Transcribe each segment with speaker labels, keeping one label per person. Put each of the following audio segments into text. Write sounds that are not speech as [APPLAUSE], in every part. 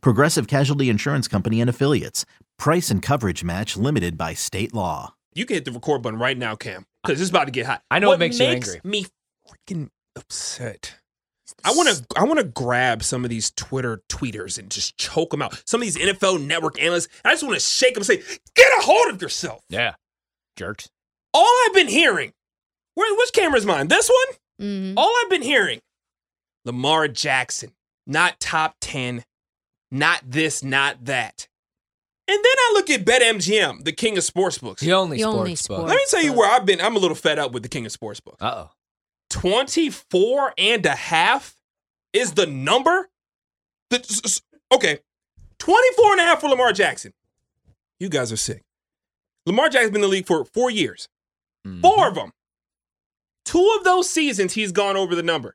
Speaker 1: Progressive Casualty Insurance Company and Affiliates. Price and coverage match limited by state law.
Speaker 2: You can hit the record button right now, Cam, because it's about to get hot.
Speaker 3: I know it makes you angry.
Speaker 2: Me freaking upset. I want to. I want to grab some of these Twitter tweeters and just choke them out. Some of these NFL network analysts. I just want to shake them and say, "Get a hold of yourself."
Speaker 3: Yeah. Jerks.
Speaker 2: All I've been hearing. Where, which camera's mine? This one.
Speaker 3: Mm-hmm.
Speaker 4: Mm.
Speaker 2: All I've been hearing. Lamar Jackson, not top ten, not this, not that. And then I look at BetMGM, the king of sportsbooks.
Speaker 3: The only
Speaker 4: The
Speaker 3: sports
Speaker 4: only
Speaker 3: book.
Speaker 2: Let me tell you where I've been. I'm a little fed up with the King of Sportsbook.
Speaker 3: Uh oh.
Speaker 2: 24 and a half is the number? The, s- s- okay. 24 and a half for Lamar Jackson. You guys are sick. Lamar Jackson's been in the league for four years,
Speaker 3: Hmm. Mm-hmm.
Speaker 2: four of them. Two of those seasons, he's gone over the number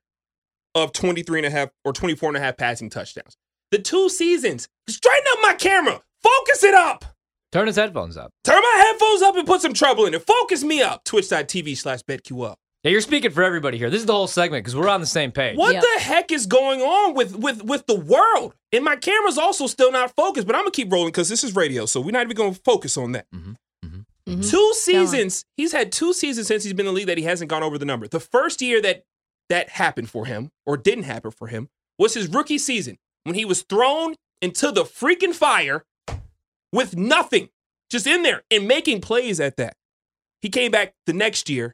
Speaker 2: of 23 and a half or 24 and a half passing touchdowns. The two seasons, straighten up my camera, focus it up.
Speaker 3: Turn his headphones up.
Speaker 2: Turn my headphones up and put some trouble in it. Focus me up. Twitch.tv slash BetQL.
Speaker 3: Yeah, you're speaking for everybody here. This is the whole segment because we're on the same page.
Speaker 2: What
Speaker 4: Yep.
Speaker 2: the heck is going on with, with, with the world? And my camera's also still not focused, but I'm going to keep rolling because this is radio, so we're not even going to focus on that.
Speaker 3: mm-hmm.
Speaker 4: Mhm.
Speaker 2: Two seasons. He's had two seasons since he's been in the league that he hasn't gone over the number. The first year that that happened for him or didn't happen for him was his rookie season when he was thrown into the freaking fire with nothing, just in there and making plays at that. He came back the next year.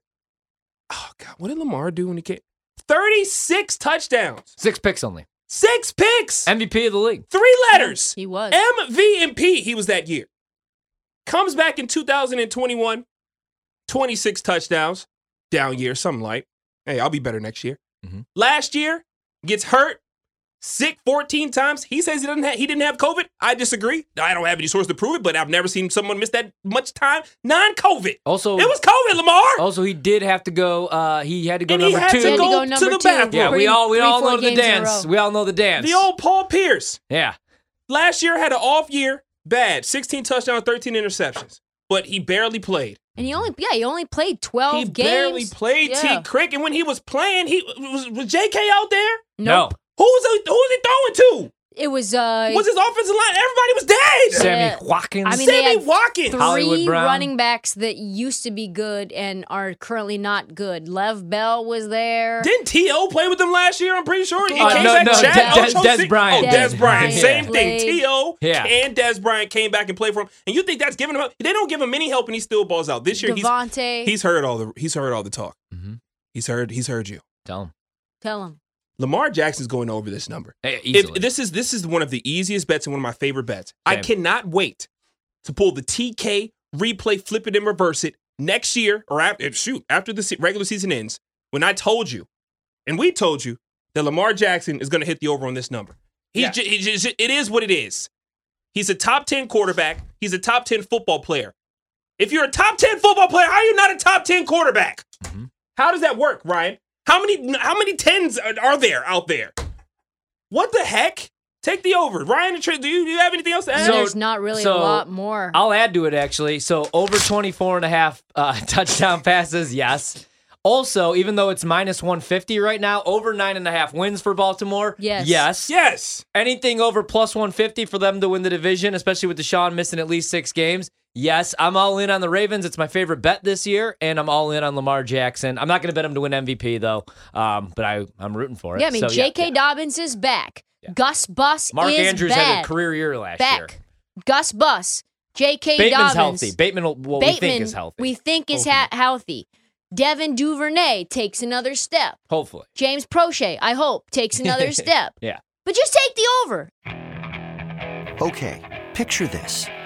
Speaker 2: Oh God, what did Lamar do when he came? 36 touchdowns,
Speaker 3: Six picks only.
Speaker 2: six picks,
Speaker 3: MVP of the league.
Speaker 2: three letters.
Speaker 4: He was.
Speaker 2: MVP he was that year. Comes back in 2021, 26 touchdowns, down year, something like. Hey, I'll be better next year.
Speaker 3: Mhm.
Speaker 2: Last year, gets hurt, sick 14 times. He says he doesn't have, he didn't have COVID. I disagree. I don't have any source to prove it, but I've never seen someone miss that much time non-COVID. It
Speaker 3: Also,
Speaker 2: was COVID, Lamar.
Speaker 3: also he did have to go. Uh, he had to go
Speaker 2: and he
Speaker 3: number
Speaker 2: had
Speaker 3: two.
Speaker 4: He
Speaker 2: to
Speaker 4: had to
Speaker 2: go
Speaker 4: go
Speaker 2: to
Speaker 4: number
Speaker 2: the
Speaker 4: two.
Speaker 2: bathroom.
Speaker 3: yeah,
Speaker 4: Three-
Speaker 3: we all we
Speaker 4: three,
Speaker 3: all
Speaker 4: four
Speaker 3: know the
Speaker 4: games in a
Speaker 3: dance.
Speaker 4: row.
Speaker 3: We all know the dance.
Speaker 2: The old Paul Pierce.
Speaker 3: yeah.
Speaker 2: Last year had an off year, bad, 16 touchdowns, 13 interceptions, but he barely played.
Speaker 4: and he only, yeah, he only played 12
Speaker 2: He
Speaker 4: games.
Speaker 2: barely played
Speaker 4: Yeah.
Speaker 2: T Crick, and when he was playing, he was, was JK out there.
Speaker 4: Nope.
Speaker 2: Who was he, who was he throwing to?
Speaker 4: It was, uh,
Speaker 2: Was his offensive line? Everybody was dead.
Speaker 3: No. Sammy
Speaker 4: Yeah.
Speaker 3: Watkins.
Speaker 4: Uh, I mean, they
Speaker 2: Sammy
Speaker 4: had
Speaker 2: Watkins.
Speaker 4: three
Speaker 3: Hollywood Brown.
Speaker 4: running backs that used to be good and are currently not good. Lev Bell was there.
Speaker 2: Didn't T.O. play with them last year? I'm pretty sure. He
Speaker 4: Uh,
Speaker 2: came
Speaker 4: no,
Speaker 2: back.
Speaker 4: no,
Speaker 2: Chad
Speaker 4: Des-
Speaker 2: Ochocinco-
Speaker 3: Des- Des Bryant
Speaker 2: Oh,
Speaker 4: did.
Speaker 2: Des Bryant.
Speaker 4: Yeah.
Speaker 2: Same thing.
Speaker 4: Played.
Speaker 2: T.O.
Speaker 3: Yeah.
Speaker 2: and Des Bryant came back and played for him. And you think that's giving him help? They don't give him any help, and he still balls out. This year, he's,
Speaker 4: Devontae.
Speaker 2: he's heard all the he's heard all the talk.
Speaker 3: Mhm.
Speaker 2: He's heard he's heard you.
Speaker 3: Tell him
Speaker 4: Tell him.
Speaker 2: Lamar Jackson's going over this number.
Speaker 3: hey,
Speaker 2: If,
Speaker 3: Eh, easily.
Speaker 2: this is this is one of the easiest bets and one of my favorite bets. I
Speaker 3: Same.
Speaker 2: cannot wait to pull the TK replay, flip it and reverse it next year or after shoot after the se- regular season ends when I told you and we told you that Lamar Jackson is going to hit the over on this number. He's
Speaker 3: Yeah.
Speaker 2: ju- he ju- ju- it is what it is. He's a top ten quarterback. He's a top ten football player. If you're a top ten football player, how are you not a top ten quarterback?
Speaker 3: Mhm.
Speaker 2: How does that work, Ryan? How many how many tens are, are there out there? What the heck? Take the over, Ryan. and Trey, Do you, do you have anything else to add?
Speaker 3: So-
Speaker 4: There's not really
Speaker 3: so-
Speaker 4: a lot more.
Speaker 3: I'll add to it actually. So over 24 and a half uh, [LAUGHS] touchdown passes, yes. Also, even though it's minus 150 right now, over nine and a half wins for Baltimore.
Speaker 4: Yes.
Speaker 3: Yes.
Speaker 2: yes.
Speaker 3: Anything over plus 150 for them to win the division, especially with Deshaun missing at least six games. Yes, I'm all in on the Ravens. It's my favorite bet this year, and I'm all in on Lamar Jackson. I'm not going to bet him to win MVP though, um, but I I'm rooting for it.
Speaker 4: yeah, I mean,
Speaker 3: So,
Speaker 4: J.K. Dobbins is back. Gus Bus
Speaker 3: Mark
Speaker 4: is
Speaker 3: Andrews
Speaker 4: back.
Speaker 3: had a career year last year.
Speaker 4: back. Gus Bus, J.K.
Speaker 3: Bateman's
Speaker 4: Dobbins.
Speaker 3: healthy. Bateman, will- what
Speaker 4: Bateman,
Speaker 3: we think is healthy.
Speaker 4: we think is ha- healthy. Devin Duvernay takes another step.
Speaker 3: Hopefully,
Speaker 4: James Prochet, I hope, takes [LAUGHS]
Speaker 3: [LAUGHS]
Speaker 4: another step.
Speaker 3: yeah.
Speaker 4: But just take the over.
Speaker 5: Okay, picture this.